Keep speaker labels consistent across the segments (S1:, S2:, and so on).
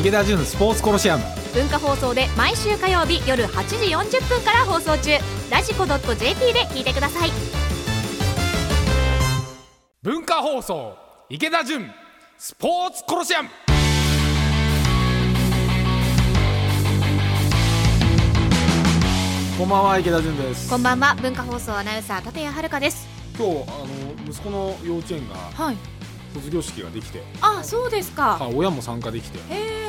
S1: 池田純スポーツコロシアム
S2: 文化放送で毎週火曜日夜8時40分から放送中ラジコ .jp で聞いてください
S1: 文化放送池田純スポーツコロシアムこんばんは池田純です
S2: こんばんは文化放送アナウンサー立谷遥です
S1: 今日あの息子の幼稚園が
S2: はい
S1: 卒業式ができて
S2: あそうですか
S1: あ親も参加できて
S2: へ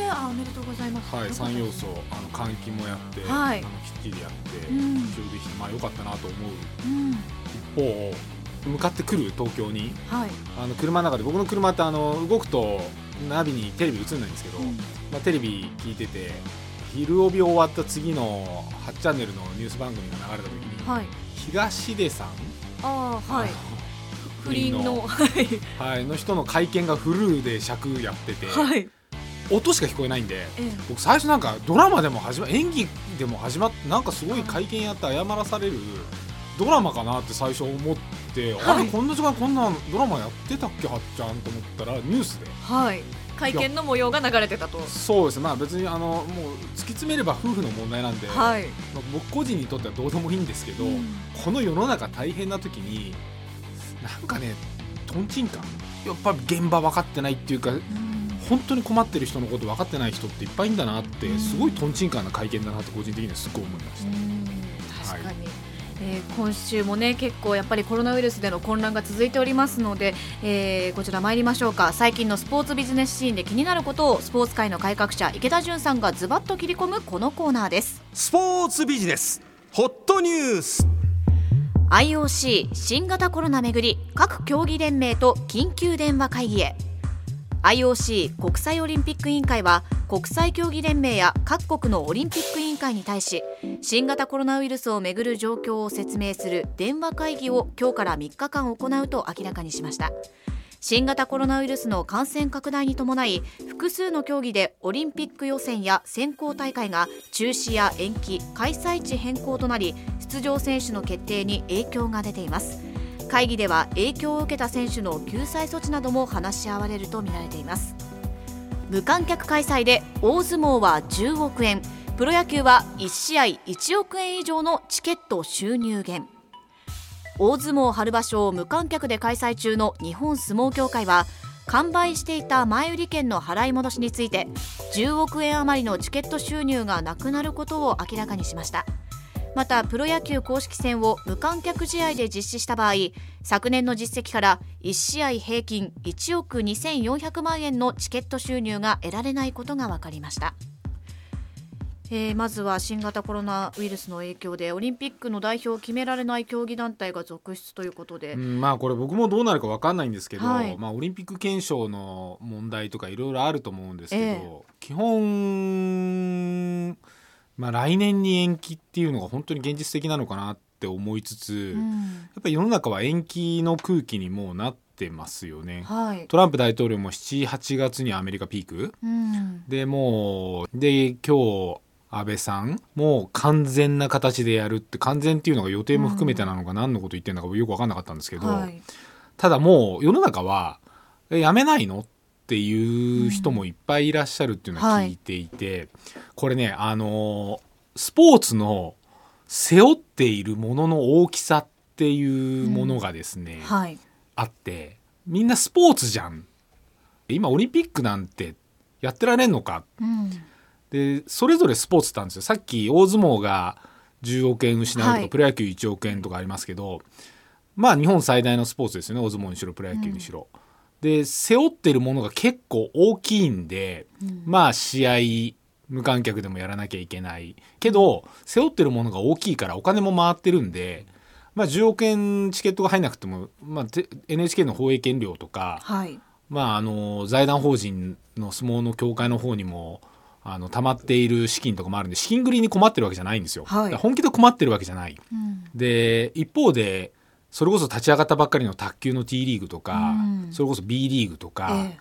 S2: えあおめでとうございます
S1: はい、三要
S2: 素
S1: 素あの換気もやって、
S2: はい
S1: あのきっちりやって、
S2: うん
S1: 途中できてまあ良かったなと思う
S2: うん
S1: 一方向かってくる東京に
S2: はい
S1: あの車の中で僕の車ってあの動くとナビにテレビ映んないんですけど、
S2: うん
S1: まあ、テレビ聞いてて昼帯終わった次の8チャンネルのニュース番組が流れた時に、
S2: はい
S1: 東出さん
S2: あーは
S1: あ
S2: い不倫のはい
S1: の はい、の人の会見がフルで尺やってて、
S2: はい
S1: 音しか聞こえないんで。
S2: ええ
S1: 僕最初なんかドラマでも始ま演技でも始まってなんかすごい会見やって謝らされるドラマかなって最初思って、
S2: はい
S1: あれこんな時間こんなんドラマやってたっけはっちゃんと思ったらニュースで
S2: はい会見の模様が流れてたと
S1: そうですねまあ別にあのもう突き詰めれば夫婦の問題なんで、
S2: はい
S1: まあ僕個人にとってはどうでもいいんですけど、
S2: うん
S1: この世の中大変な時になんかねとんちんかやっぱり現場分かってないっていうか本当に困ってる人のこと分かってない人っていっぱいいんだなって、
S2: うん
S1: すごいとんちんかんな会見だなって個人的にはすごい思いまし
S2: う
S1: た、
S2: ん確かに、えー今週もね結構やっぱりコロナウイルスでの混乱が続いておりますので、えーこちら参りましょうか最近のスポーツビジネスシーンで気になることをスポーツ界の改革者池田純さんがズバッと切り込むこのコーナーです
S3: スポーツビジネスホットニュース
S2: IOC 新型コロナめぐり各競技連盟と緊急電話会議へ IOC 国際オリンピック委員会は国際競技連盟や各国のオリンピック委員会に対し新型コロナウイルスをめぐる状況を説明する電話会議を今日から3日間行うと明らかにしました新型コロナウイルスの感染拡大に伴い複数の競技でオリンピック予選や選考大会が中止や延期開催地変更となり出場選手の決定に影響が出ています会議では影響を受けた選手の救済措置なども話し合われるとみられています無観客開催で大相撲は10億円プロ野球は1試合1億円以上のチケット収入減大相撲春場所を無観客で開催中の日本相撲協会は完売していた前売り券の払い戻しについて10億円余りのチケット収入がなくなることを明らかにしましたまたプロ野球公式戦を無観客試合で実施した場合昨年の実績から1試合平均1億2400万円のチケット収入が得られないことが分かりましたえーまずは新型コロナウイルスの影響でオリンピックの代表を決められない競技団体が続出ということで、
S1: うんまあこれ僕もどうなるか分かんないんですけど、
S2: はい
S1: まあ、オリンピック憲章の問題とかいろいろあると思うんですけど、
S2: え
S1: 基本、まあ、来年に延期っていうのが本当に現実的なのかなって思いつつ、や
S2: うん
S1: っぱり世の中は延期の空気にもうなってますよね。
S2: はい、
S1: トランプ大統領も78月にアメリカピーク
S2: うん、
S1: でもうで今日安倍さんもう完全な形でやるって完全っていうのが予定も含めてなのか、何のこと言ってるのか僕よく分かんなかったんですけど、
S2: はい、
S1: ただもう世の中は「えやめないの?」っていう人もいっぱいいらっしゃるっていうのは聞いていて、これねあのースポーツの背負っているものの大きさっていうものがですね、
S2: はい、
S1: あってみんなスポーツじゃん今オリンピックなんてやってられんのか
S2: うん、
S1: でそれぞれスポーツってあるんですよさっき大相撲が10億円失うとか、
S2: はい
S1: プロ野球1億円とかありますけどまあ日本最大のスポーツですよね大相撲にしろプロ野球にしろ。で背負ってるものが結構大きいんで、
S2: うん
S1: まあ試合無観客でもやらなきゃいけないけど背負ってるものが大きいからお金も回ってるんで、まあ、10億円チケットが入んなくても、まあ、て NHK の放映権料とか、
S2: はい、
S1: まあ、あの財団法人の相撲の協会の方にもあの溜まっている資金とかもあるんで資金繰りに困ってるわけじゃないんですよ、
S2: はい
S1: だから本気で困ってるわけじゃない
S2: うん、
S1: で一方でそれこそ立ち上がったばっかりの卓球の T リーグとか、
S2: うん
S1: それこそ B リーグとか、
S2: え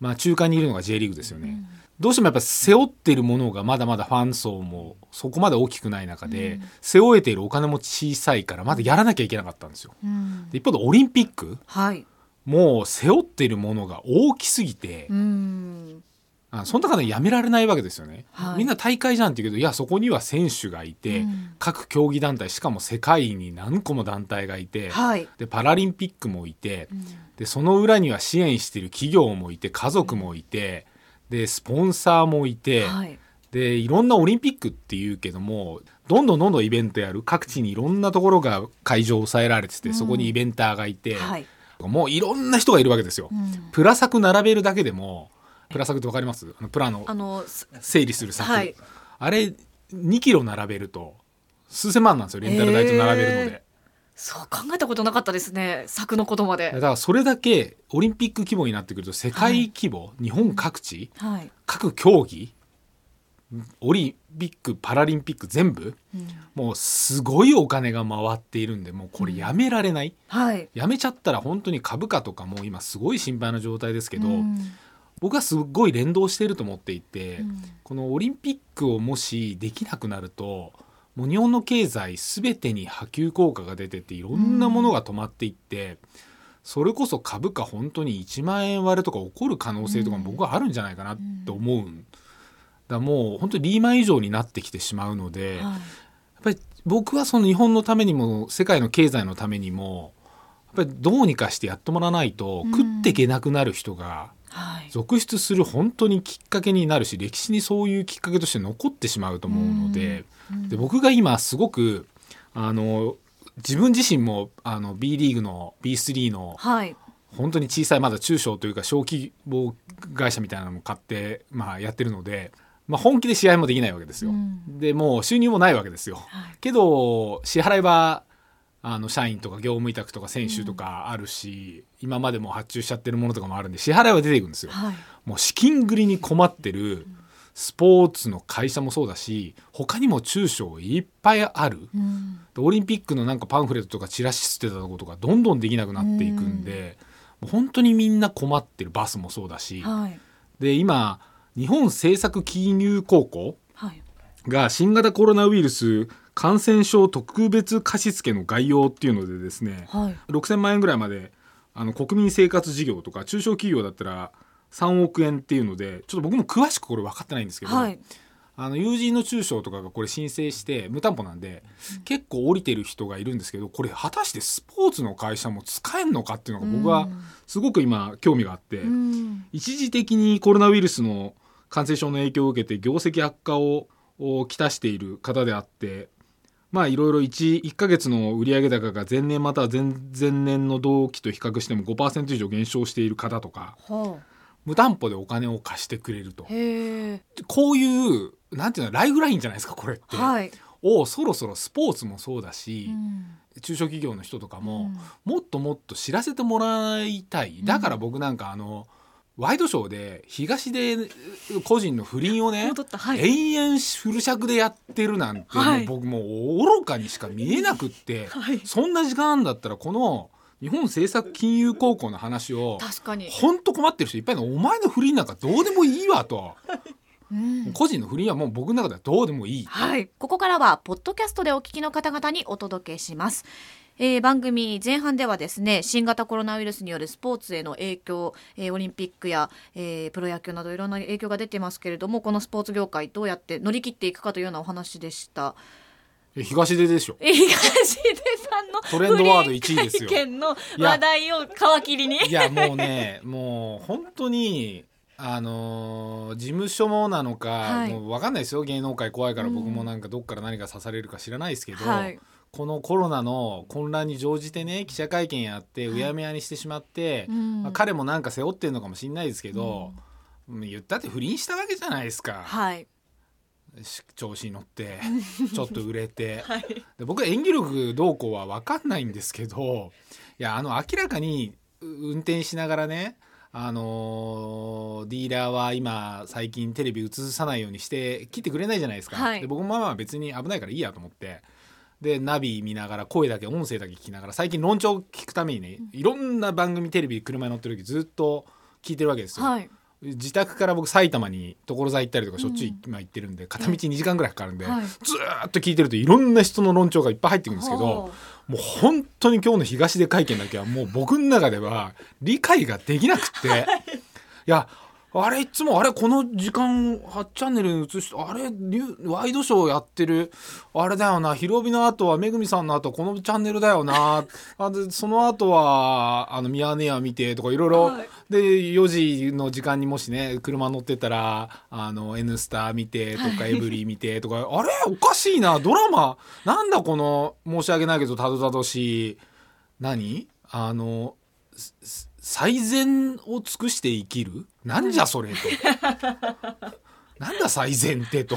S1: まあ、中間にいるのが J リーグですよね、
S2: ん
S1: どうしてもやっぱ背負ってるものがまだまだファン層もそこまで大きくない中で、
S2: うん
S1: 背負えているお金も小さいからまだやらなきゃいけなかったんですよ。
S2: えうん
S1: で、一方でオリンピック
S2: はい、
S1: もう背負ってるものが大きすぎて、
S2: うん、
S1: あその中でやめられないわけですよね、
S2: はい
S1: みんな大会じゃんって言うけどいやそこには選手がいて、
S2: うん
S1: 各競技団体しかも世界に何個も団体がいて、
S2: はい、
S1: でパラリンピックもいて
S2: うん
S1: でその裏には支援している企業もいて家族もいてでスポンサーもいて、
S2: はい
S1: でいろんなオリンピックっていうけどもどんどんどんどんイベントやる各地にいろんなところが会場を抑えられてて、
S2: うん
S1: そこにイベンターがいて、
S2: はい
S1: もういろんな人がいるわけですよ。
S2: うん
S1: プラ作並べるだけでもプラ作ってわかりますあのプラの
S2: あのす
S1: 整理する作、
S2: はい
S1: あれ2キロ並べると数千万なんですよレンタル代と並べるので、
S2: そう考えたことなかったですね作のことまで
S1: だからそれだけオリンピック規模になってくると世界規模、日本各地
S2: はい、
S1: 各競技オリンピックパラリンピック全部
S2: うん
S1: もうすごいお金が回っているんでもうこれやめられない、
S2: はい
S1: やめちゃったら本当に株価とかも今すごい心配な状態ですけど、
S2: うん
S1: 僕はすごい連動していると思っていて、
S2: うん
S1: このオリンピックをもしできなくなるともう日本の経済全てに波及効果が出てていろんなものが止まっていって、それこそ株価本当に1万円割れとか起こる可能性とかも僕はあるんじゃないかなって思うん、だからもう本当にリーマン以上になってきてしまうので、やっ
S2: はい
S1: ぱり僕はその日本のためにも世界の経済のためにもやっぱりどうにかしてやってもらわないと
S2: うん
S1: 食っていけなくなる人が
S2: はい
S1: 続出する本当にきっかけになるし歴史にそういうきっかけとして残ってしまうと思うので,、
S2: うん
S1: で僕が今すごくあの自分自身もあの B リーグの B3 の
S2: はい
S1: 本当に小さいまだ中小というか小規模会社みたいなのも買って、まあ、やってるので、まあ、本気で試合もできないわけですよ。
S2: うん
S1: でもう収入もないわけですよ。
S2: はい
S1: けど支払いはあの社員とか業務委託とか選手とかあるし、今までも発注しちゃってるものとかもあるんで支払いは出ていくんですよ。
S2: はい
S1: もう資金繰りに困ってるスポーツの会社もそうだし他にも中小いっぱいある
S2: うん
S1: でオリンピックのなんかパンフレットとかチラシ捨てたとことかどんどんできなくなっていくんで、もう本当にみんな困ってるバスもそうだし、
S2: はい
S1: で今日本政策金融高校
S2: はい
S1: が新型コロナウイルス感染症特別貸付の概要っていうのでですね
S2: はい
S1: 6000万円ぐらいまであの国民生活事業とか中小企業だったら3億円っていうのでちょっと僕も詳しくこれ分かってないんですけど、
S2: はい
S1: あの友人の中小とかがこれ申請して無担保なんで、結構降りてる人がいるんですけどこれ果たしてスポーツの会社も使えるのかっていうのが僕はすごく今興味があって、
S2: うん
S1: 一時的にコロナウイルスの感染症の影響を受けて業績悪化ををきたしている方であってまあいろいろ 1, 1ヶ月の売上高が前年または前前年の同期と比較しても5%以上減少している方とか
S2: は
S1: 無担保でお金を貸してくれると
S2: あへえ
S1: こういうなんていうのライフラインじゃないですかこれって、
S2: はい
S1: をそろそろスポーツもそうだし、
S2: うん
S1: 中小企業の人とかも、
S2: うん
S1: もっともっと知らせてもらいたいだから僕なんかあの、ワイドショーで東でう個人の不倫をね
S2: 戻ったはい
S1: 延々フル尺でやってるなんて、
S2: はい
S1: もう僕もう愚かにしか見えなくって、
S2: はい
S1: そんな時間あんだったらこの日本政策金融高校の話を
S2: 確かに
S1: ほんと困ってる人いっぱいいるのお前の不倫なんかどうでもいいわと
S2: うん
S1: 個人の不倫はもう僕の中ではどうでもいい。
S2: はい、ここからはポッドキャストでお聞きの方々にお届けします。えー番組前半ではですね新型コロナウイルスによるスポーツへの影響、えーオリンピックや、えープロ野球などいろんな影響が出てますけれどもこのスポーツ業界どうやって乗り切っていくかというようなお話でした
S1: いや東出でしょ
S2: えー東出さんの
S1: トレンドワード1位ですよ
S2: 不倫会見の話題を皮切りに
S1: いやもうねもう本当にあのー事務所もなのか、
S2: はい
S1: もう分かんないですよ芸能界怖いから
S2: うん
S1: 僕もなんかどっから何が刺されるか知らないですけど、
S2: はい
S1: このコロナの混乱に乗じてね記者会見やってうやむやにしてしまって、
S2: うん
S1: まあ彼もなんか背負ってるのかもしれないですけど、うん言ったって不倫したわけじゃないですか、
S2: はい
S1: し調子に乗ってちょっと売れて。
S2: はい
S1: で僕は演技力どうこうは分かんないんですけどいやあの明らかにう運転しながらねあのーディーラーは今最近テレビ映さないようにして切ってくれないじゃないですか、
S2: はい
S1: で僕もまあまあ別に危ないからいいやと思ってでナビ見ながら声だけ音声だけ聞きながら最近論調聞くためにねいろんな番組テレビ車に乗ってる時ずっと聞いてるわけですよ、
S2: はい
S1: 自宅から僕埼玉に所沢行ったりとかしょっちゅう今行ってるんで片道2時間ぐらいかかるんで、
S2: はい
S1: ずーっと聞いてるといろんな人の論調がいっぱい入ってくるんですけ
S2: は
S1: どもう本当に今日の東出会見だけはもう僕の中では理解ができなくって、いやあれいつもあれこの時間8チャンネルに映してあれニューワイドショーやってるあれだよな「ひろびの後はめぐみさんの後このチャンネルだよな あでその後はあのミヤネ屋見て」とかいろいろ
S2: はい
S1: で4時の時間にもしね車乗ってたら「あの N スタ」見てとか「エブリ」見てとかあれおかしいなドラマなんだこの申し訳ないけどたどたどしい何あのすす最善を尽くして生きるなんじゃそれと なんだ最善って と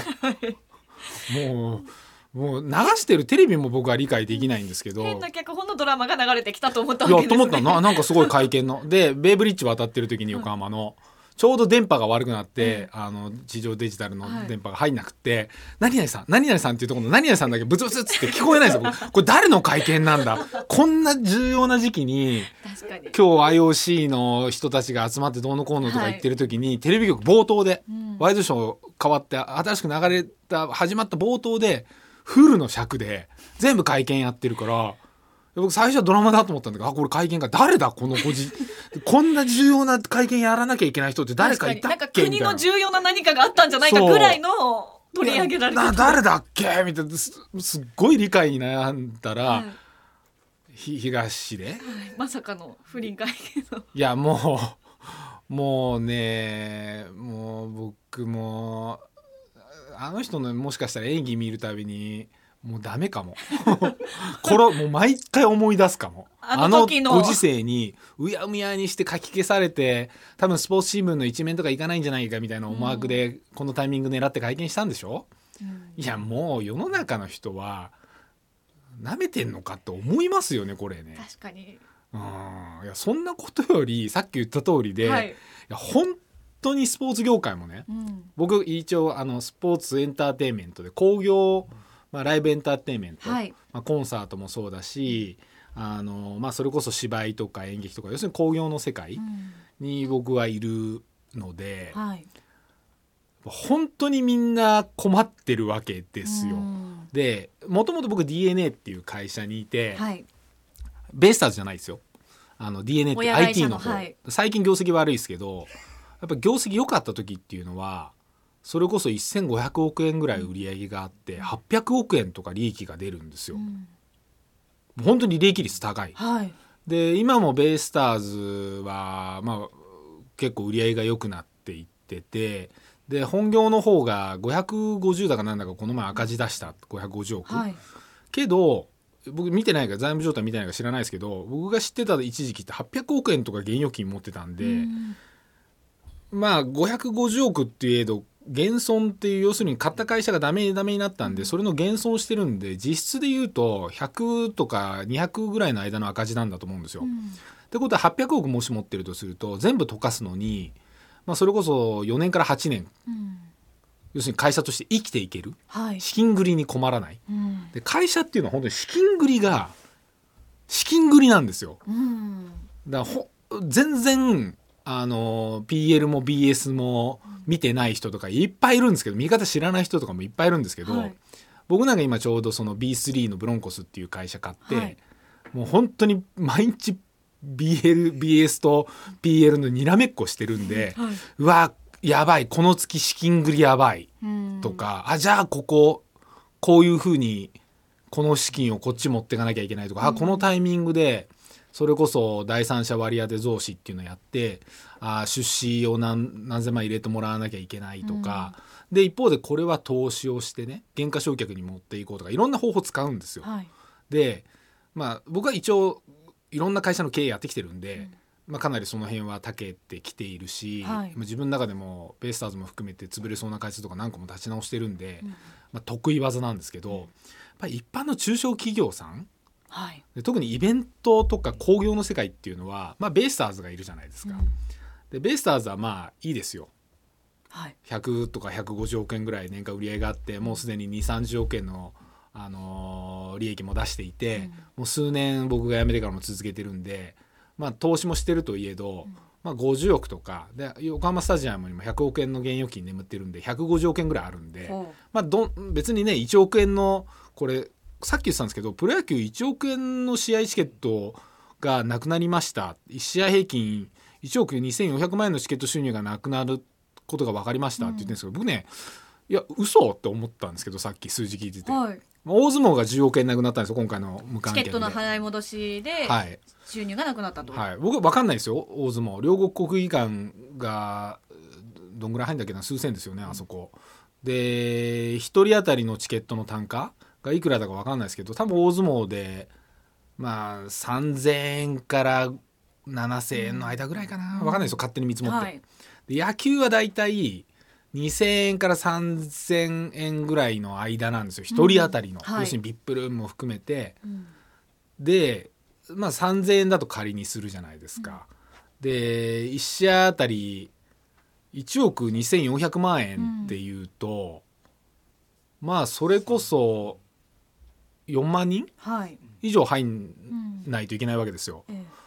S1: もうもう流してるテレビも僕は理解できないんですけど。
S2: 変な脚本のドラマが流れてきたと思ったわ
S1: いや
S2: けです、ね、
S1: と思ったのななんかすごい会見のでベイブリッジ渡ってる時に横浜の、ちょうど電波が悪くなって、あの地上デジタルの
S2: はい
S1: 電波が入んなくて、何々さん何々さんっていうところの何々さんだけブツブツっつって聞こえないんですよ僕これ誰の会見なんだこんな重要な時期に
S2: 確かに、
S1: 今日 IOC の人たちが集まってどうのこうのとか言ってる時に、テレビ局冒頭で、
S2: うん
S1: ワイドショー変わって新しく流れた始まった冒頭でフルの尺で全部会見やってるから僕最初はドラマだと思ったんだけどあこれ会見が誰だこのごじ こんな重要な会見やらなきゃいけない人って誰かいたっ
S2: 確か
S1: け
S2: に
S1: み
S2: なんか国
S1: たい
S2: の
S1: な。
S2: 重要な何かがあったんじゃないかぐらいの取り上げられて
S1: な
S2: た
S1: 誰だっけみたいなすすっごい理解に悩んだら、
S2: はい
S1: ひ東で
S2: まさかの不倫会見の
S1: いやもうもうねもう僕もあの人のもしかしたら演技見るたびにもうダメかも これもう毎回思い出すかも
S2: あの時の
S1: あご時世にうやむやにして書き消されて多分スポーツ新聞の一面とかいかないんじゃないかみたいな思惑でこのタイミング狙って会見したんでしょ、いやもう世の中の人は舐めてんのかって思いますよねこれね。
S2: 確かに、
S1: うんいやそんなことよりさっき言った通りで、、
S2: はいい、
S1: や本当にスポーツ業界もね
S2: うん
S1: 僕一応あのスポーツエンターテインメントで興行、まあ、ライブエンターテインメント、
S2: はい
S1: まあ、コンサートもそうだしあの、まあ、それこそ芝居とか演劇とか要するに興行の世界
S2: うん
S1: に僕はいるので、
S2: はい、
S1: 本当にみんな困ってるわけですよ。
S2: うん
S1: でもともと僕 DNA っていう会社にいて、
S2: はい、
S1: ベイスターズじゃないですよ。あの DNA って
S2: 親会
S1: IT
S2: 社
S1: の
S2: の
S1: 方、
S2: はい
S1: 最近業績悪いですけど、やっぱ業績良かった時っていうのは、それこそ1500億円ぐらい売り上げがあって、800億円とか利益が出るんですよ。
S2: う
S1: も
S2: ん
S1: う本当に利益率高い。
S2: はい、
S1: で、今もベイスターズは、まあ、結構売り上げが良くなっていってて、で、本業の方が550だかなんだかこの前赤字出した、550億。
S2: はい、
S1: けど僕見てないから財務状態見てないから知らないですけど僕が知ってた一時期って800億円とか現預金持ってたんで、
S2: うん
S1: まあ550億っていうえど減損っていう要するに買った会社がダメダメになったんでそれの減損してるんで実質で言うと100とか200ぐらいの間の赤字なんだと思うんですよ。
S2: うん
S1: ってことは800億もし持ってるとすると全部溶かすのに、まあ、それこそ4年から8年
S2: うん
S1: 要するに会社として生きていける
S2: はい、
S1: 資金繰りに困らない。
S2: うん
S1: で会社っていうのは本当に資金繰りが資金繰りなんですよ
S2: うん
S1: だからほ全然あの PL も BS も見てない人とかいっぱいいるんですけど見方知らない人とかもいっぱいいるんですけど、
S2: はい
S1: 僕なんか今ちょうどその B3 のブロンコスっていう会社買って、
S2: はい
S1: もう本当に毎日 BL BS と PL のにらめっこしてるんで、
S2: はいう
S1: わやばいこの月資金繰りやばい
S2: うん
S1: とか、あじゃあこここういうふうにこの資金をこっち持っていかなきゃいけないとか、あこのタイミングでそれこそ第三者割当増資っていうのやってあ出資を何何千万入れてもらわなきゃいけないとか、で一方でこれは投資をしてね減価償却に持っていこうとかいろんな方法使うんですよ。
S2: はい、
S1: で、まあ、僕は一応いろんな会社の経営やってきてるんで、まあ、かなりその辺はたけてきているし、
S2: はい
S1: まあ自分の中でもベイスターズも含めて潰れそうな会社とか何個も立ち直してるんで、まあ、得意技なんですけど、やっぱり一般の中小企業さん
S2: はい、
S1: で特にイベントとか興行の世界っていうのは、まあ、ベイスターズがいるじゃないですか。
S2: うん
S1: でベイスターズはまあいいですよ
S2: はい、
S1: 100とか150億円ぐらい年間売り上げがあってもうすでに2 3 0億円の、あのー利益も出していて、
S2: うん
S1: もう数年僕が辞めてからも続けてるんで、まあ、投資もしてるといえど、まあ、50億とかで横浜スタジアムにも100億円の現預金眠ってるんで150億円ぐらいあるんで、
S2: ほ
S1: まあ、どん別にね1億円のこれさっき言ってたんですけどプロ野球1億円の試合チケットがなくなりました1試合平均1億2400万円のチケット収入がなくなることが分かりましたって言ってるんですけど、僕ねいや嘘って思ったんですけどさっき数字聞いてて、
S2: はい、
S1: 大相撲が10億円なくなったんですよ今回の無
S2: チ
S1: 観
S2: ケ
S1: 客で
S2: ットの払い戻しで
S1: はい
S2: 収入がなくなったと、
S1: はい、僕は分かんないですよ大相撲両国国技館がどんぐらい入るんだっけな数千ですよねあそこで1人当たりのチケットの単価がいくらだか分かんないですけど多分大相撲でまあ3,000円から7,000円の間ぐらいかな分かんないですよ勝手に見積もって、
S2: はい
S1: で野球はだいたい2,000円から3,000円ぐらいの間なんですよ1人当たりの、
S2: うんはい
S1: 要するに VIP ルームも含めて、
S2: うん
S1: で、まあ、3,000円だと仮にするじゃないですか。で1社あたり1億2,400万円っていうと、まあそれこそ4万人
S2: はい
S1: 以上入ん
S2: うん
S1: ないといけないわけですよ。
S2: ええ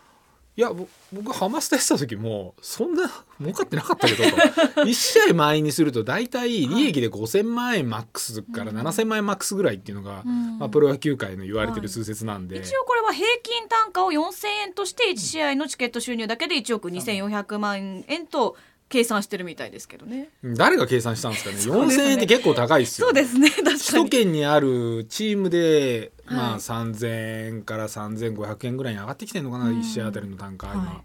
S1: いやぼ僕ハマスタしてた時もそんな儲かってなかったけどと 1試合満員にすると大体利益で5,000万円マックスから7,000万円マックスぐらいっていうのが、
S2: うん
S1: まあ、プロ野球界の言われて
S2: はい
S1: る通説なんで、
S2: 一応これは平均単価を4000円として1試合のチケット収入だけで1億2400万円と計算してるみたいですけどね。
S1: 誰が計算したんですかね
S2: そうです
S1: 4000
S2: ね
S1: 円って結構高いですよ
S2: そうですね 確かに。
S1: 首都圏にあるチームで、ま
S2: はい
S1: あ、3000円から3500円ぐらいに上がってきてるのかな、
S2: うん
S1: 1試合あたりの単価今、
S2: は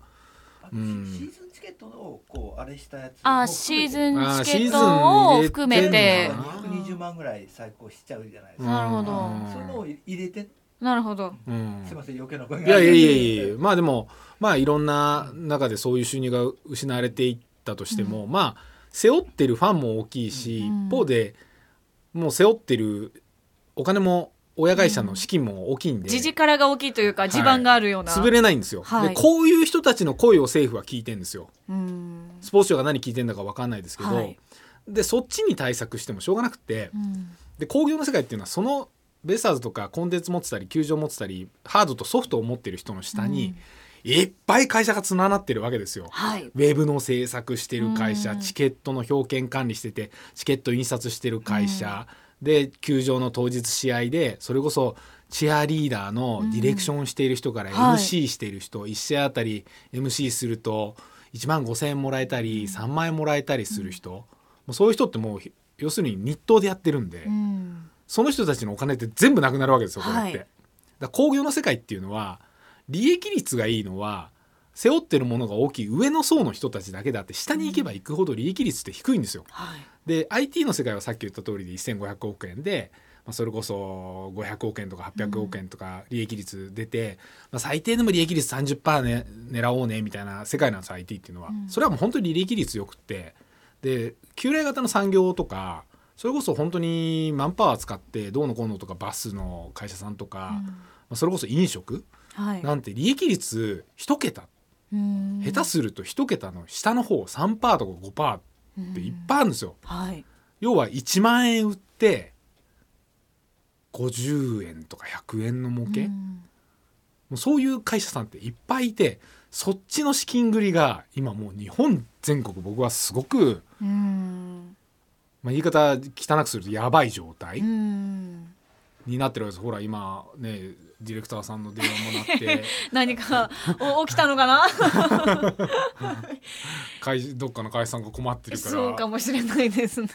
S4: あの
S1: うん
S4: シーズンチケットをこうあれしたやつ
S2: あシーズ
S1: ン
S2: ンチ
S1: チ
S2: ケ
S1: ケ
S2: ッ
S1: ッ
S2: ト
S1: ト
S2: を
S1: を
S2: 含
S1: 含め
S2: めて
S1: て
S4: 220万ぐらい最高しちゃうじゃないです
S1: うん
S4: か、
S2: なるほ
S1: う
S2: ど
S1: ん
S4: そういうのを入れて
S2: なるほど。
S1: うん
S4: すいません余計な声が
S1: いやいやいやいやまあでもまあいろんな中でそういう収入が失われていったとしても、まあ背負ってるファンも大きいし、
S2: うん
S1: 一方でもう背負ってるお金も親会社の資金も大きいんで、
S2: 地力が大きいというか
S1: い
S2: 地盤があるような。
S1: 潰れないんですよ、
S2: はい
S1: でこういう人たちの声を政府は聞いてんですよ
S2: うん
S1: スポーツ庁が何聞いてんだか分かんないですけど、
S2: はい
S1: でそっちに対策してもしょうがなくて
S2: うん
S1: で工業の世界っていうのはそのベイスターズとかコンテンツ持ってたり球場持ってたりハードとソフトを持ってる人の下に、いっぱい会社が連なってるわけですよ。
S2: はい。
S1: ウェブの制作してる会社、
S2: うん
S1: チケットの表券管理しててチケット印刷してる会社、で球場の当日試合でそれこそチアリーダーのディレクションしている人から
S2: うんはい
S1: MC している人、1試合あたり MC すると1万5,000円もらえたり3万円もらえたりする人、もうそういう人ってもう要するに日当でやってるんで。
S2: うん
S1: その人たちのお金って全部なくなるわけですよこれって。
S2: はい
S1: だから工業の世界っていうのは利益率がいいのは背負ってるものが大きい上の層の人たちだけだって下に行けば行くほど利益率って低いんですよ。
S2: はい。
S1: で IT の世界はさっき言った通りで1,500億円で、まあ、それこそ500億円とか800億円とか利益率出て、まあ、最低でも利益率30%、ね、狙おうねみたいな世界なんです IT っていうのは、
S2: うん
S1: それはもう本当に利益率よくってで旧来型の産業とかそれこそ本当にマンパワー使ってどうのこうのとかバスの会社さんとか、
S2: うん
S1: まあ、それこそ飲食
S2: はい。
S1: なんて利益率一桁
S2: うん
S1: 下手すると一桁の下の方3%とか5%っていっぱいあるんですよ。
S2: はい。
S1: 要は1万円売って50円とか100円の儲け、
S2: う
S1: も
S2: ん
S1: うそういう会社さんっていっぱいいてそっちの資金繰りが今もう日本全国僕はすごく、
S2: うん
S1: まあ、言い方汚くするとやばい状態
S2: うん
S1: になってるわけです、ほら今ねディレクターさんの電話もなって
S2: 何かお起きたのかな。
S1: 会社どっかの会社さんが困ってるから
S2: そうかもしれないですね。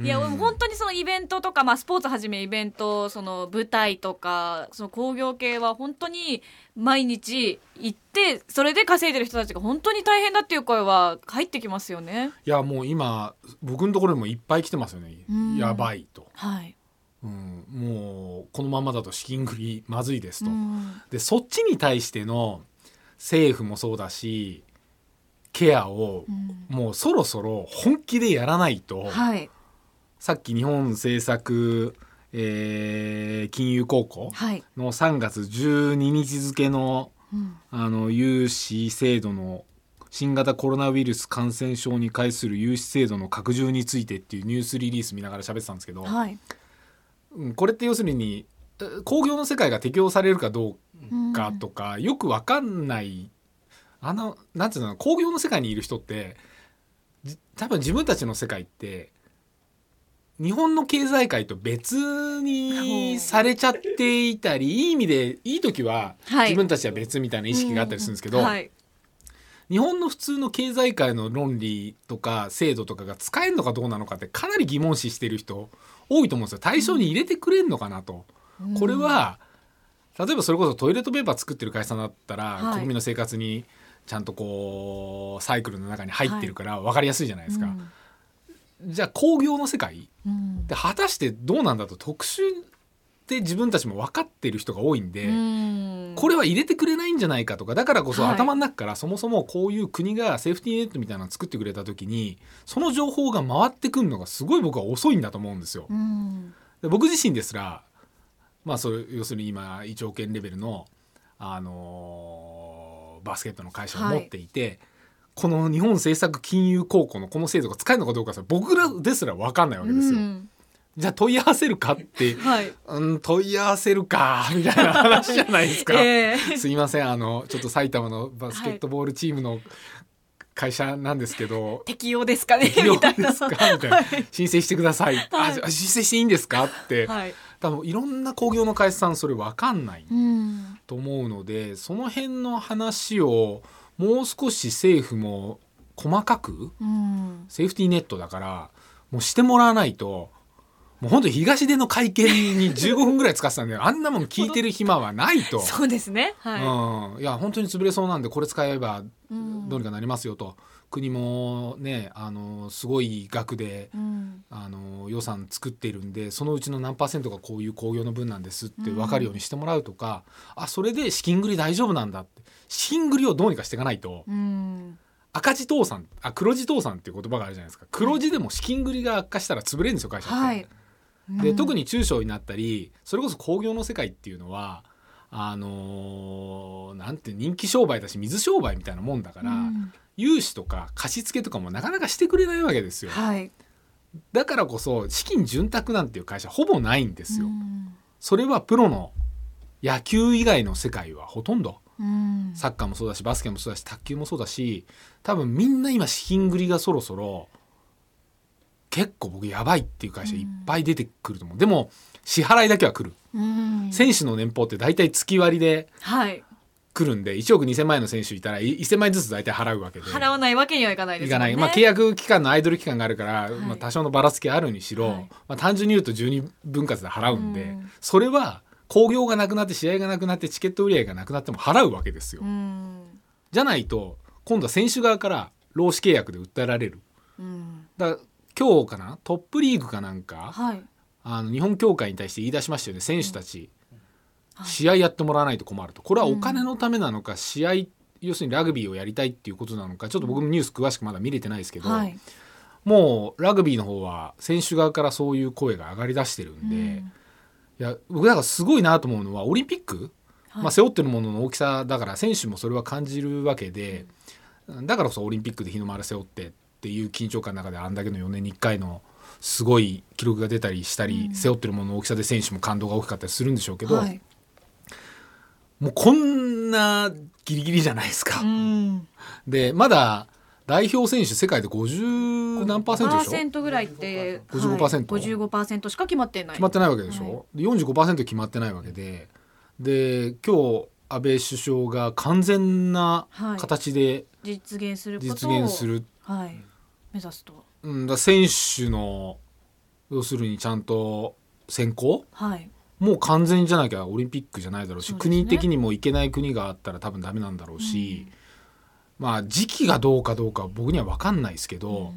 S2: いや、
S1: うん
S2: 本当にそのイベントとか、まあ、スポーツはじめイベントその舞台とかその工業系は本当に毎日行ってそれで稼いでる人たちが本当に大変だっていう声は入ってきますよね。
S1: いやもう今僕のところにもいっぱい来てますよね、
S2: うん
S1: やばいと、
S2: はい。
S1: うん、もうこのままだと資金繰りまずいですと。
S2: うん
S1: でそっちに対しての政府もそうだしケアを
S2: うん
S1: もうそろそろ本気でやらないと、
S2: はい
S1: さっき日本政策、えー金融高校
S2: はい。
S1: の3月12日付の
S2: うん
S1: あの融資制度の新型コロナウイルス感染症に対する融資制度の拡充についてっていうニュースリリース見ながら喋ってたんですけど、
S2: はい。
S1: うんこれって要するにえー工業の世界が適用されるかどうかかとか、よくわかんないあのなんていうの工業の世界にいる人ってじ多分自分たちの世界って日本の経済界と別にされちゃっていたりいい意味でいい時は
S2: はい
S1: 自分たちは別みたいな意識があったりするんですけど、
S2: はい。
S1: 日本の普通の経済界の論理とか制度とかが使えるのかどうなのかってかなり疑問視してる人多いと思うんですよ対象に入れてくれるのかなと、
S2: うん
S1: これは例えばそれこそトイレットペーパー作ってる会社だったら、
S2: はい
S1: 国民の生活にちゃんとこうサイクルの中に入ってるから分かりやすいじゃないですか、じゃあ工業の世界
S2: うん
S1: で果たしてどうなんだと特集って自分たちも分かってる人が多いんで、
S2: うん
S1: これは入れてくれないんじゃないかとかだからこそ
S2: はい
S1: 頭の中からそもそもこういう国がセーフティーネットみたいなの作ってくれた時にその情報が回ってくるのがすごい僕は遅いんだと思うんですよ。
S2: うん
S1: で僕自身ですらまあそう要するに今1億円レベルの、あのーバスケットの会社を持っていて、この日本政策金融高校のこの制度が使えるのかどうかさ僕らですら分かんないわけですよ。
S2: うん
S1: じゃあ問い合わせるか って
S2: はい
S1: うん、問い合わせるか、みたいな話じゃないですか。
S2: ええ
S1: すいません、あの、ちょっと埼玉のバスケットボールチームの会社なんですけ ど、
S2: 適用ですかね
S1: 適用
S2: みたい
S1: で
S2: な
S1: すかみたいな。申請してください。
S2: はい
S1: あじゃあ、申請していいんですかって。
S2: はい
S1: 多分、いろんな工業の会社さん、それわかんない
S2: うん
S1: と思うので、その辺の話を、もう少し政府も細かく、
S2: うん
S1: セーフティーネットだからもうしてもらわないともう本当東出の会見に15分ぐらい使ってたんであんなもん聞いてる暇はないと。
S2: そうですねは
S1: うん、いや本当に潰れそうなんでこれ使えば
S2: いうん
S1: どうにかなりますよと、国もねあのすごい額で
S2: うん
S1: あの予算作っているんでそのうちの何パーセントがこういう工業の分なんですって分かるようにしてもらうとか、あそれで資金繰り大丈夫なんだって資金繰りをどうにかしていかないと、
S2: うん
S1: 赤字倒産あ黒字倒産っていう言葉があるじゃないですか黒字でも資金繰りが悪化したら潰れるんですよ会社って、
S2: はいうん
S1: で特に中小になったりそれこそ工業の世界っていうのはあのーなんて人気商売だし水商売みたいなもんだから、
S2: うん
S1: 融資とか貸付とかもなかなかしてくれないわけですよ
S2: はい
S1: だからこそ資金潤沢なんていう会社ほぼないんですよ、
S2: うん
S1: それはプロの野球以外の世界はほとんど
S2: うん
S1: サッカーもそうだしバスケもそうだし卓球もそうだし多分みんな今資金繰りがそろそろ結構僕やばいっていう会社いっぱい出てくると思う、でも支払いだけは来る、
S2: うん
S1: 選手の年俸って大体月割りで
S2: はい
S1: 来るんで1億2,000万円の選手いたらい1000万円ずつ大体払うわけで
S2: 払わないわけにはいかないです
S1: い
S2: も
S1: か
S2: ん
S1: な
S2: ね
S1: い、まあ、契約期間のアイドル期間があるから、
S2: い
S1: まあ、多少のばらつきあるにしろ、
S2: はい
S1: まあ、単純に言うと12分割で払うんで、
S2: うん
S1: それは興行がなくなって試合がなくなってチケット売り上げがなくなっても払うわけですよ
S2: う。ん
S1: じゃないと今度は選手側から労使契約で訴えられる
S2: うん
S1: だから今日かなトップリーグかなんか
S2: はい
S1: あの日本協会に対して言い出しましたよね選手たち、
S2: はい
S1: 試合やってもらわないと困るとこれはお金のためなのか、試合要するにラグビーをやりたいっていうことなのかちょっと僕もニュース詳しくまだ見れてないですけど、
S2: はい
S1: もうラグビーの方は選手側からそういう声が上がりだしてるんで、いや僕だからすごいなと思うのはオリンピック、まあ、背負ってるものの大きさだから選手もそれは感じるわけで、だからこそオリンピックで日の丸背負ってっていう緊張感の中であんだけの4年に1回のすごい記録が出たりしたり、背負ってるものの大きさで選手も感動が大きかったりするんでしょうけど、
S2: はい
S1: もうこんなギリギリじゃないですか。
S2: うん
S1: でまだ代表選手世界で50何パーセント
S2: パ
S1: で
S2: ー
S1: しょ
S2: セントぐらいって
S1: 55%
S2: はい55%しか決まってない
S1: 決まってないわけでしょ、で45%決まってないわけでで今日安倍首相が完全な
S2: はい
S1: 形で
S2: 実現することを
S1: 実現する、
S2: はい目指すと
S1: うん、だ選手の要するにちゃんと選考
S2: はい
S1: もう完全じゃなきゃオリンピックじゃないだろうし
S2: そうですね
S1: 国的にも行けない国があったら多分ダメなんだろうし、まあ時期がどうかどうかは僕には分かんないですけど、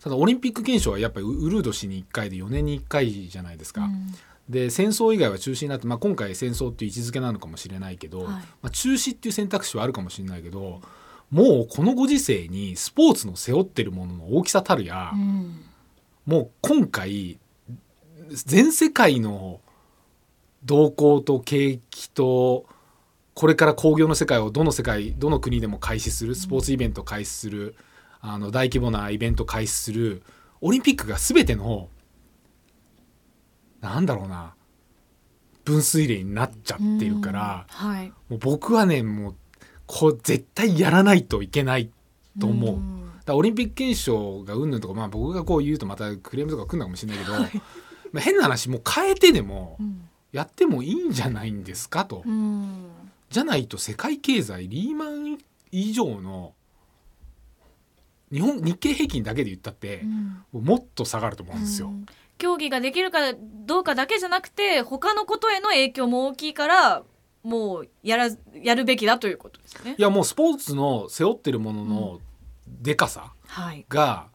S1: ただオリンピック憲章はやっぱりウルード氏に1回で4年に1回じゃないですか。で戦争以外は中止になって、まあ、今回戦争っていう位置づけなのかもしれないけど、
S2: はい
S1: まあ、中止っていう選択肢はあるかもしれないけどもうこのご時世にスポーツの背負ってるものの大きさたるや、
S2: うん
S1: もう今回全世界の動向と景気とこれから興行の世界をどの世界どの国でも開始するスポーツイベントを開始する、あの大規模なイベントを開始するオリンピックが全てのなんだろうな分水嶺になっちゃってるから、
S2: うんはい
S1: もう僕はねもうこう絶対やらないといけないと思う。
S2: ん
S1: だからオリンピック憲章がうんぬんとか、まあ、僕がこう言うとまたクレームとか来るのかもしれないけど、まあ変な話もう変えてでも
S2: うん
S1: やってもいいんじゃないんですかと、
S2: うん
S1: じゃないと世界経済リーマン以上の日本日経平均だけで言ったって、
S5: ん
S1: もっと下がると思うんですよ。
S5: うん
S2: 競技ができるかどうかだけじゃなくて他のことへの影響も大きいからもうやらやるべきだということですね
S1: い。やもうスポーツの背負ってるもののでかさ
S2: はい、
S1: が、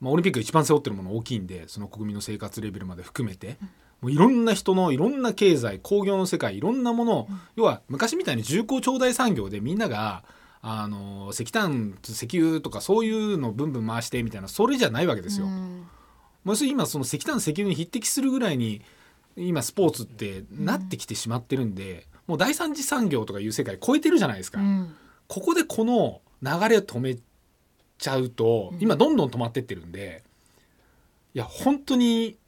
S1: まあ、オリンピックが一番背負ってるもの大きいんでその国民の生活レベルまで含めて、もういろんな人のいろんな経済工業の世界いろんなものを、要は昔みたいに重厚長大産業でみんながあの石炭石油とかそういうのをブンブン回してみたいなそれじゃないわけですよ。
S5: うん
S1: もうそれ今その石炭石油に匹敵するぐらいに今スポーツってなってきてしまってるんで、もう第三次産業とかいう世界超えてるじゃないですか、
S5: うん
S1: ここでこの流れを止めちゃうと、
S5: うん
S1: 今どんどん止まってってるんでいや本当に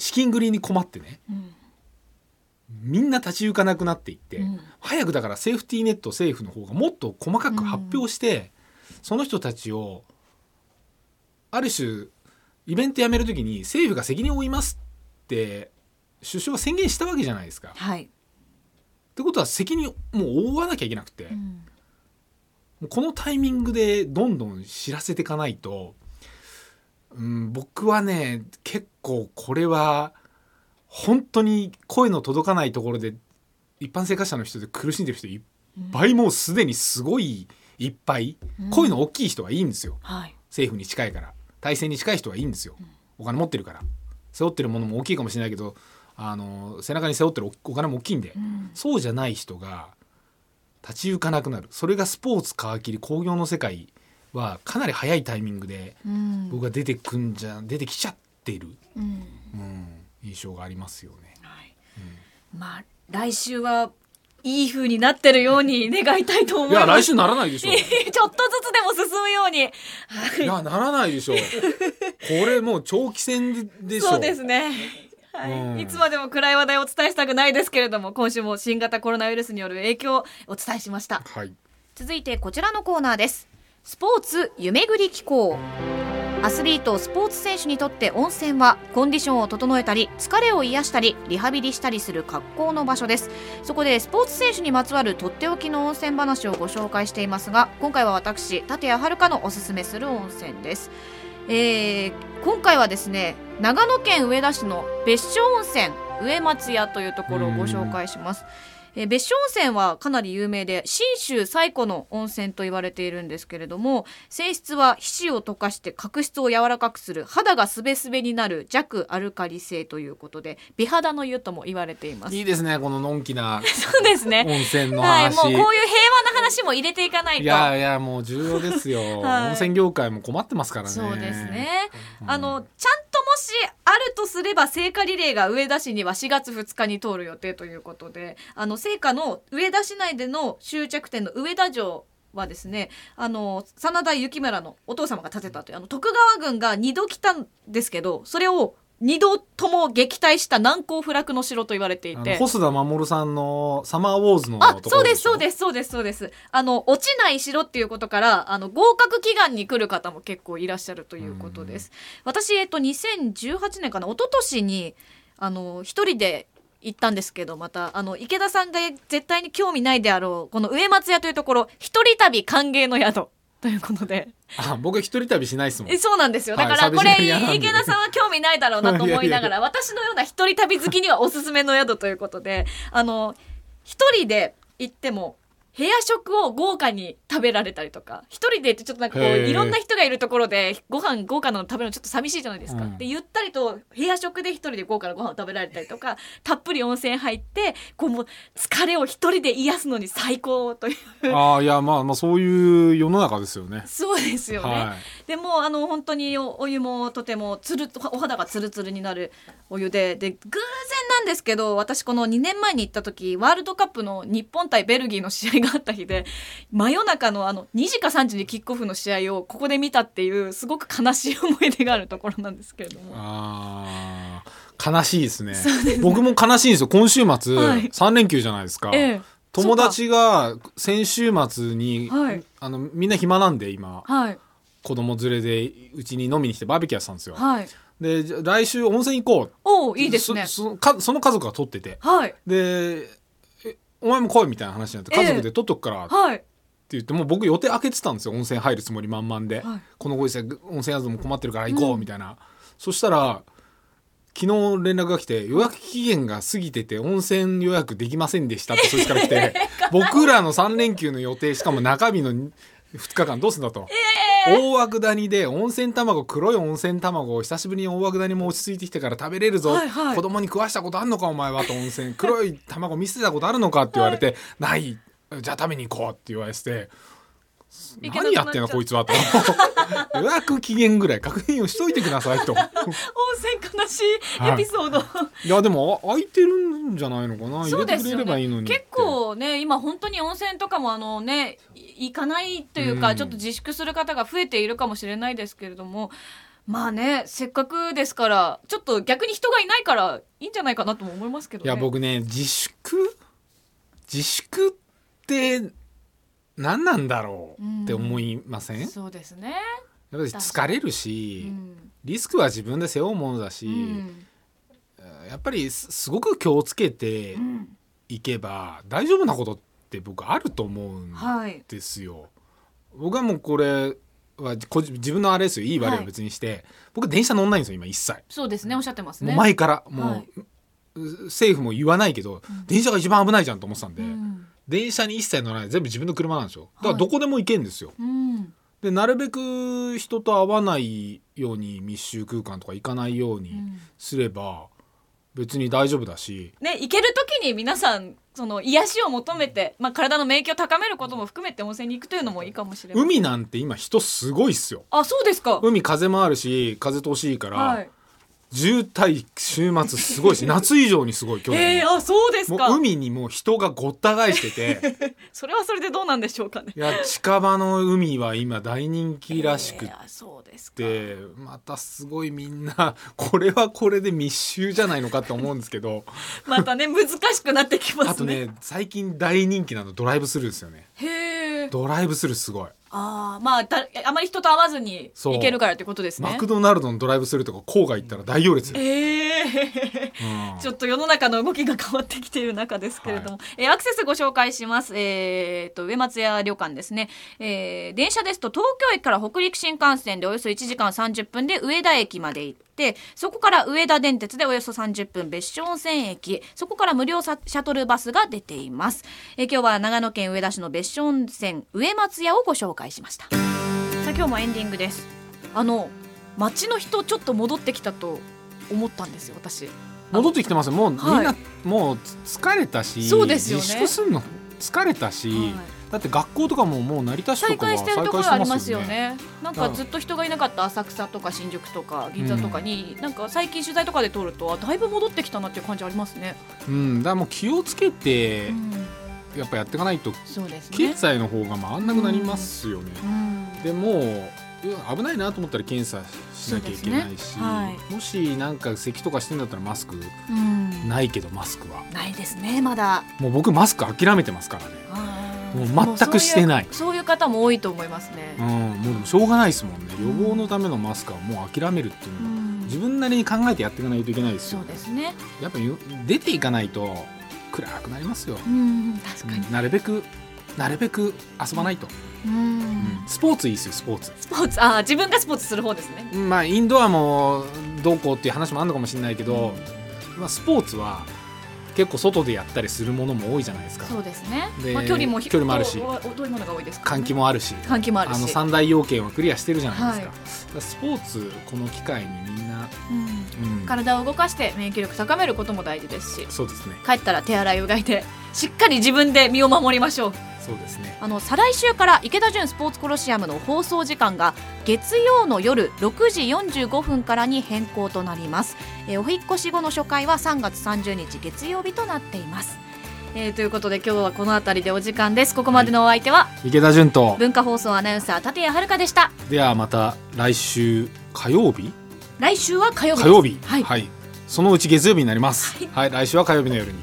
S1: 資金繰りに困ってね
S5: うん
S1: みんな立ち行かなくなっていって、
S5: うん
S1: 早くだからセーフティーネット政府の方がもっと細かく発表して、その人たちをある種イベントやめる時に政府が責任を負いますって首相は宣言したわけじゃないですか。っ
S5: はい、
S1: てことは責任をもう負わなきゃいけなくて、
S5: う
S1: も
S5: ん
S1: うこのタイミングでどんどん知らせていかないと、うん、僕はね結構これは本当に声の届かないところで一般生活者の人で苦しんでる人いっ倍もうすでにすごいいっぱい
S5: うん
S1: こういうの大きい人はいいんですよ
S5: はい
S1: 政府に近いから体制に近い人はいいんですよお金持ってるから背負ってるものも大きいかもしれないけどあの背中に背負ってるおお金も大きいんで
S5: うん
S1: そうじゃない人が立ち行かなくなるそれがスポーツ皮切り工業の世界はかなり早いタイミングで
S5: うん
S1: 僕が出てくんじゃ出てきちゃってる、
S5: うん
S1: うん、印象がありますよね。
S2: はいまあ来週はいい風になってるように願いたいと思
S1: い
S2: いま
S1: や
S2: す
S1: 来週ならないでしょ
S2: ちょっとずつでも進むように
S1: いやならないでしょこれもう長期戦でしょ
S2: そうですね。はい、
S1: うん
S2: いつまでも暗い話題をお伝えしたくないですけれども今週も新型コロナウイルスによる影響をお伝えしました
S1: はい
S5: 続いてこちらのコーナーですスポーツ夢ぐり機構アスリートスポーツ選手にとって温泉はコンディションを整えたり疲れを癒したりリハビリしたりする格好の場所ですそこでスポーツ選手にまつわるとっておきの温泉話をご紹介していますが今回は私立谷遥のおすすめする温泉です、えー今回はですね長野県上田市の別所温泉上松屋というところをご紹介しますえー別所温泉はかなり有名で信州最古の温泉と言われているんですけれども性質は皮脂を溶かして角質を柔らかくする肌がすべすべになる弱アルカリ性ということで美肌の湯とも言われています
S1: いいですねこののんきな
S2: そうですね
S1: 温泉の
S2: はいもう
S1: 話、
S2: こういう平和な話も入れていかないと
S1: いやいやもう重要ですよ、
S2: はい
S1: 温泉業界も困ってますからね
S2: そうですね、
S1: うん
S2: あのちゃんともしあるとすれば聖火リレーが上田市には4月2日に通る予定ということであの聖火の上田市内での終着点の上田城はですねあの真田幸村のお父様が建てたというあの徳川軍が2度来たんですけどそれを2度とも撃退した難攻不落の城と言われてい
S1: あ
S2: て
S1: の細田守さんの「サマーウォーズ」の
S2: あ、
S1: とこ
S2: そ
S1: ろ
S2: うです、そう
S1: す
S2: です、そうです、そうです。あの、落ちない城っていうことから、あの、合格祈願に来る方も結構いらっしゃるということです。私、えっと、2018年かな、一昨年に、あの、一人で、行ったんですけどまたあの池田さんが絶対に興味ないであろうこの上松屋というところ一人旅歓迎の宿ということで
S1: あ僕一人旅しないですもん
S2: えそうなんですよだか
S1: は
S2: ら
S1: い
S2: これ、
S1: 寂しがり屋なんで
S2: 池田さんは興味ないだろうなと思 いながら私のような一人旅好きにはおすすめの宿ということで あの一人で行っても部屋食を豪華に食べられたりとか一人でってちょっとなんかこう
S1: へー
S2: いろんな人がいるところでご飯豪華なの食べるのちょっと寂しいじゃないですか、
S1: うん
S2: でゆったりと部屋食で一人で豪華なご飯を食べられたりとかたっぷり温泉入ってこうもう疲れを一人で癒すのに最高という
S1: ああいやまあまあそういう世の中ですよね
S2: そうですよね。
S1: はい
S2: でもうあの本当におお湯もとてもつるお肌がつるつるになるお湯でで偶然なんですけど私この2年前に行った時ワールドカップの日本対ベルギーの試合があった日で真夜中のあの2時か3時にキックオフの試合をここで見たっていうすごく悲しい思い出があるところなんですけれども。
S1: あー悲しいですね僕も悲しいんですよ今週末、
S2: はい
S1: 3連休じゃないですか、
S2: ええ
S1: 友達が先週末に、
S2: はい
S1: あのみんな暇なんで今
S2: はい
S1: 子供連れでうちに飲みに来てバーベキューやってたんですよ、
S2: はい
S1: でじゃあ来週温泉行こう
S2: おういいですね。
S1: そそかその家族が撮ってて
S2: はい
S1: でえ「お前も来い」みたいな話になって
S2: ええ
S1: 家族で撮っとくから
S2: はい
S1: 言ってもう僕予定開けてたんですよ温泉入るつもり満々で、
S2: はい
S1: このご時世温泉宿も困ってるから行こうみたいな、そしたら昨日連絡が来て予約期限が過ぎてて温泉予約できませんでしたってそいつから来 て僕らの3連休の予定しかも中日の2日間どうすんだと。大涌谷で温泉卵黒い温泉卵を久しぶりに大涌谷も落ち着いてきてから食べれるぞ、
S2: はいはい
S1: 子供に食わしたことあんのかお前はと温泉黒い卵見せたことあるのかって言われて、ないじゃあ食べに行こうって言われて
S2: 行けなくな
S1: 何
S2: っちゃ
S1: や
S2: う
S1: ってんのこいつはと 予約期限ぐらい確認をしといてくださいと
S2: 温泉悲しいエピソード、
S1: いやでもあ空いてるんじゃないのかな
S2: そ
S1: 入
S2: う
S1: れて
S2: です
S1: くれ
S2: よ
S1: ればいいの
S2: ね
S1: にって
S2: 結構ね今本当に温泉とかもあのねい行かないというか、
S1: うん
S2: ちょっと自粛する方が増えているかもしれないですけれどもまあねせっかくですからちょっと逆に人がいないからいいんじゃないかなとも思いますけど
S1: い
S2: ね
S1: や僕ね自粛自粛って何なんだろうって思いません、やっ
S2: そうですね、
S1: ぱり疲れるし、
S2: うん
S1: リスクは自分で背負うものだし、
S2: うん
S1: やっぱりすすごく気をつけていけば大丈夫なことって僕あると思うん
S2: はい
S1: ですよ。僕はもうこれは個人自分のあれですよいい悪いは別にして、僕電車乗んないんですよ今一切。
S2: そうですねおっしゃってます
S1: も
S2: ね
S1: う前からもう、
S2: はいう
S1: 政府も言わないけど、電車が一番危ないじゃんと思ってたんで、
S2: うん
S1: 電車に一切乗らない全部自分の車なんですよだか
S2: は
S1: ら
S2: い
S1: どこでも行けんですよ、
S2: うん
S1: でなるべく人と会わないように密集空間とか行かないようにすれば別に大丈夫だし、
S2: ね、行ける時に皆さんその癒しを求めて、まあ、体の免疫を高めることも含めて温泉に行くというのもいいかもしれない
S1: 海なんて今人すごいっすよ
S2: あそうですか
S1: 海風もあるし風通しいいから、
S2: はい
S1: 渋滞週末す ごいし夏以上にすごい去
S2: え
S1: 年
S2: ー、
S1: も
S2: あそうです
S1: も
S2: か
S1: う海にもう人がごった返して て
S2: それはそれでどうなんでしょうかね
S1: いや近場の海は今大人気らしくて
S2: いやそうですか
S1: でまたすごいみんなこれはこれで密集じゃないのかって思うんですけど
S2: またね難しくなってきま
S1: あ
S2: す
S1: と
S2: ね
S1: ね最近大人気なのドライブスルーですよね
S2: へえ
S1: ドライブスルーすごい、
S2: あーまあだあまり人と会わずに
S1: そう
S2: 行けるからってことですね
S1: マクドナルドのドライブスルーとか郊外行ったら大行列よ、
S2: えー、
S1: うん
S2: ちょっと世の中の動きが変わってきている中ですけれども、えーアクセスご紹介します。えーっと、上松屋旅館ですね。えー電車ですと東京駅から北陸新幹線でおよそ1時間30分で上田駅まで行って、そこから上田電鉄でおよそ30分別所温泉駅、そこから無料さシャトルバスが出ています。えー今日は長野県上田市の別所温泉上松屋をご紹介しました。さあ、今日もエンディングです。あの、街の人ちょっと戻ってきたと思ったんですよ、私。
S1: 戻ってきてますよもう、
S2: はい
S1: みんなもう疲れたし
S2: そうですよね
S1: 自粛するの疲れたし、
S2: はい
S1: だって学校とかももう成田市と
S2: 再
S1: かは
S2: 開してるところありますよ
S1: 再開して
S2: ね。なんかずっと人がいなかった浅草とか新宿とか銀座とかに、なんか最近取材とかで通るとあだいぶ戻ってきたなっていう感じありますね。
S1: ますよねうんだからもう気をつけて
S2: うん、
S1: やっぱやっていかないと
S2: そうですね
S1: 経。済の方が回んなくなりますよね、
S2: うん
S1: でもうわ危ないなと思ったら検査しなきゃいけないし、
S2: そうですねはい
S1: もしなんか咳とかしてんだったらマスク
S2: うん
S1: ないけどマスクは
S2: ないですねまだ。
S1: もう僕マスク諦めてますからね
S2: あー
S1: もう全くしてない
S2: もうそういうそういう方も多いと思いますね
S1: うん。もうでもしょうがないですもんね予防のためのマスクはもう諦めるっていう
S2: う
S1: のは、
S2: ん
S1: 自分なりに考えてやっていかないといけないですよ
S2: そうですね。
S1: やっぱよ出ていかないと暗くなりますよ、
S2: うん確かに。
S1: うんなるべくなるべく遊ばないと、
S2: うん
S1: うんスポーツいいですよスポーツ
S2: スポーツあー自分がスポーツする方ですね。
S1: まあインドアもどうこうっていう話もあるのかもしれないけど、まあ、スポーツは結構外でやったりするものも多いじゃないですか
S2: そうですね。
S1: で
S2: まあ距離もひ
S1: 距離もあるし
S2: どうどういうものが多いですか、
S1: 換気。もあるし
S2: 換気もあるし。
S1: あの三大要件はクリアしてるじゃないですか,、
S2: は
S1: スポーツこの機会にみんな、
S2: うん
S1: うん
S2: 体を動かして免疫力高めることも大事ですし
S1: そうですね
S2: 帰ったら手洗いうがいでしっかり自分で身を守りましょう
S1: そうですね
S2: あの再来週から池田純スポーツコロシアムの放送時間が月曜の夜6時45分からに変更となります、えーお引っ越し後の初回は3月30日月曜日となっています、えーということで今日はこの辺りでお時間ですここまでのお相手は
S1: 池田純と
S2: 文化放送アナウンサー立谷遥でした
S1: ではまた来週火曜日
S2: 来週は火曜
S1: 火
S2: 日です
S1: 曜日
S2: はい
S1: そのうち月曜日になります、はい来週は火曜日の夜に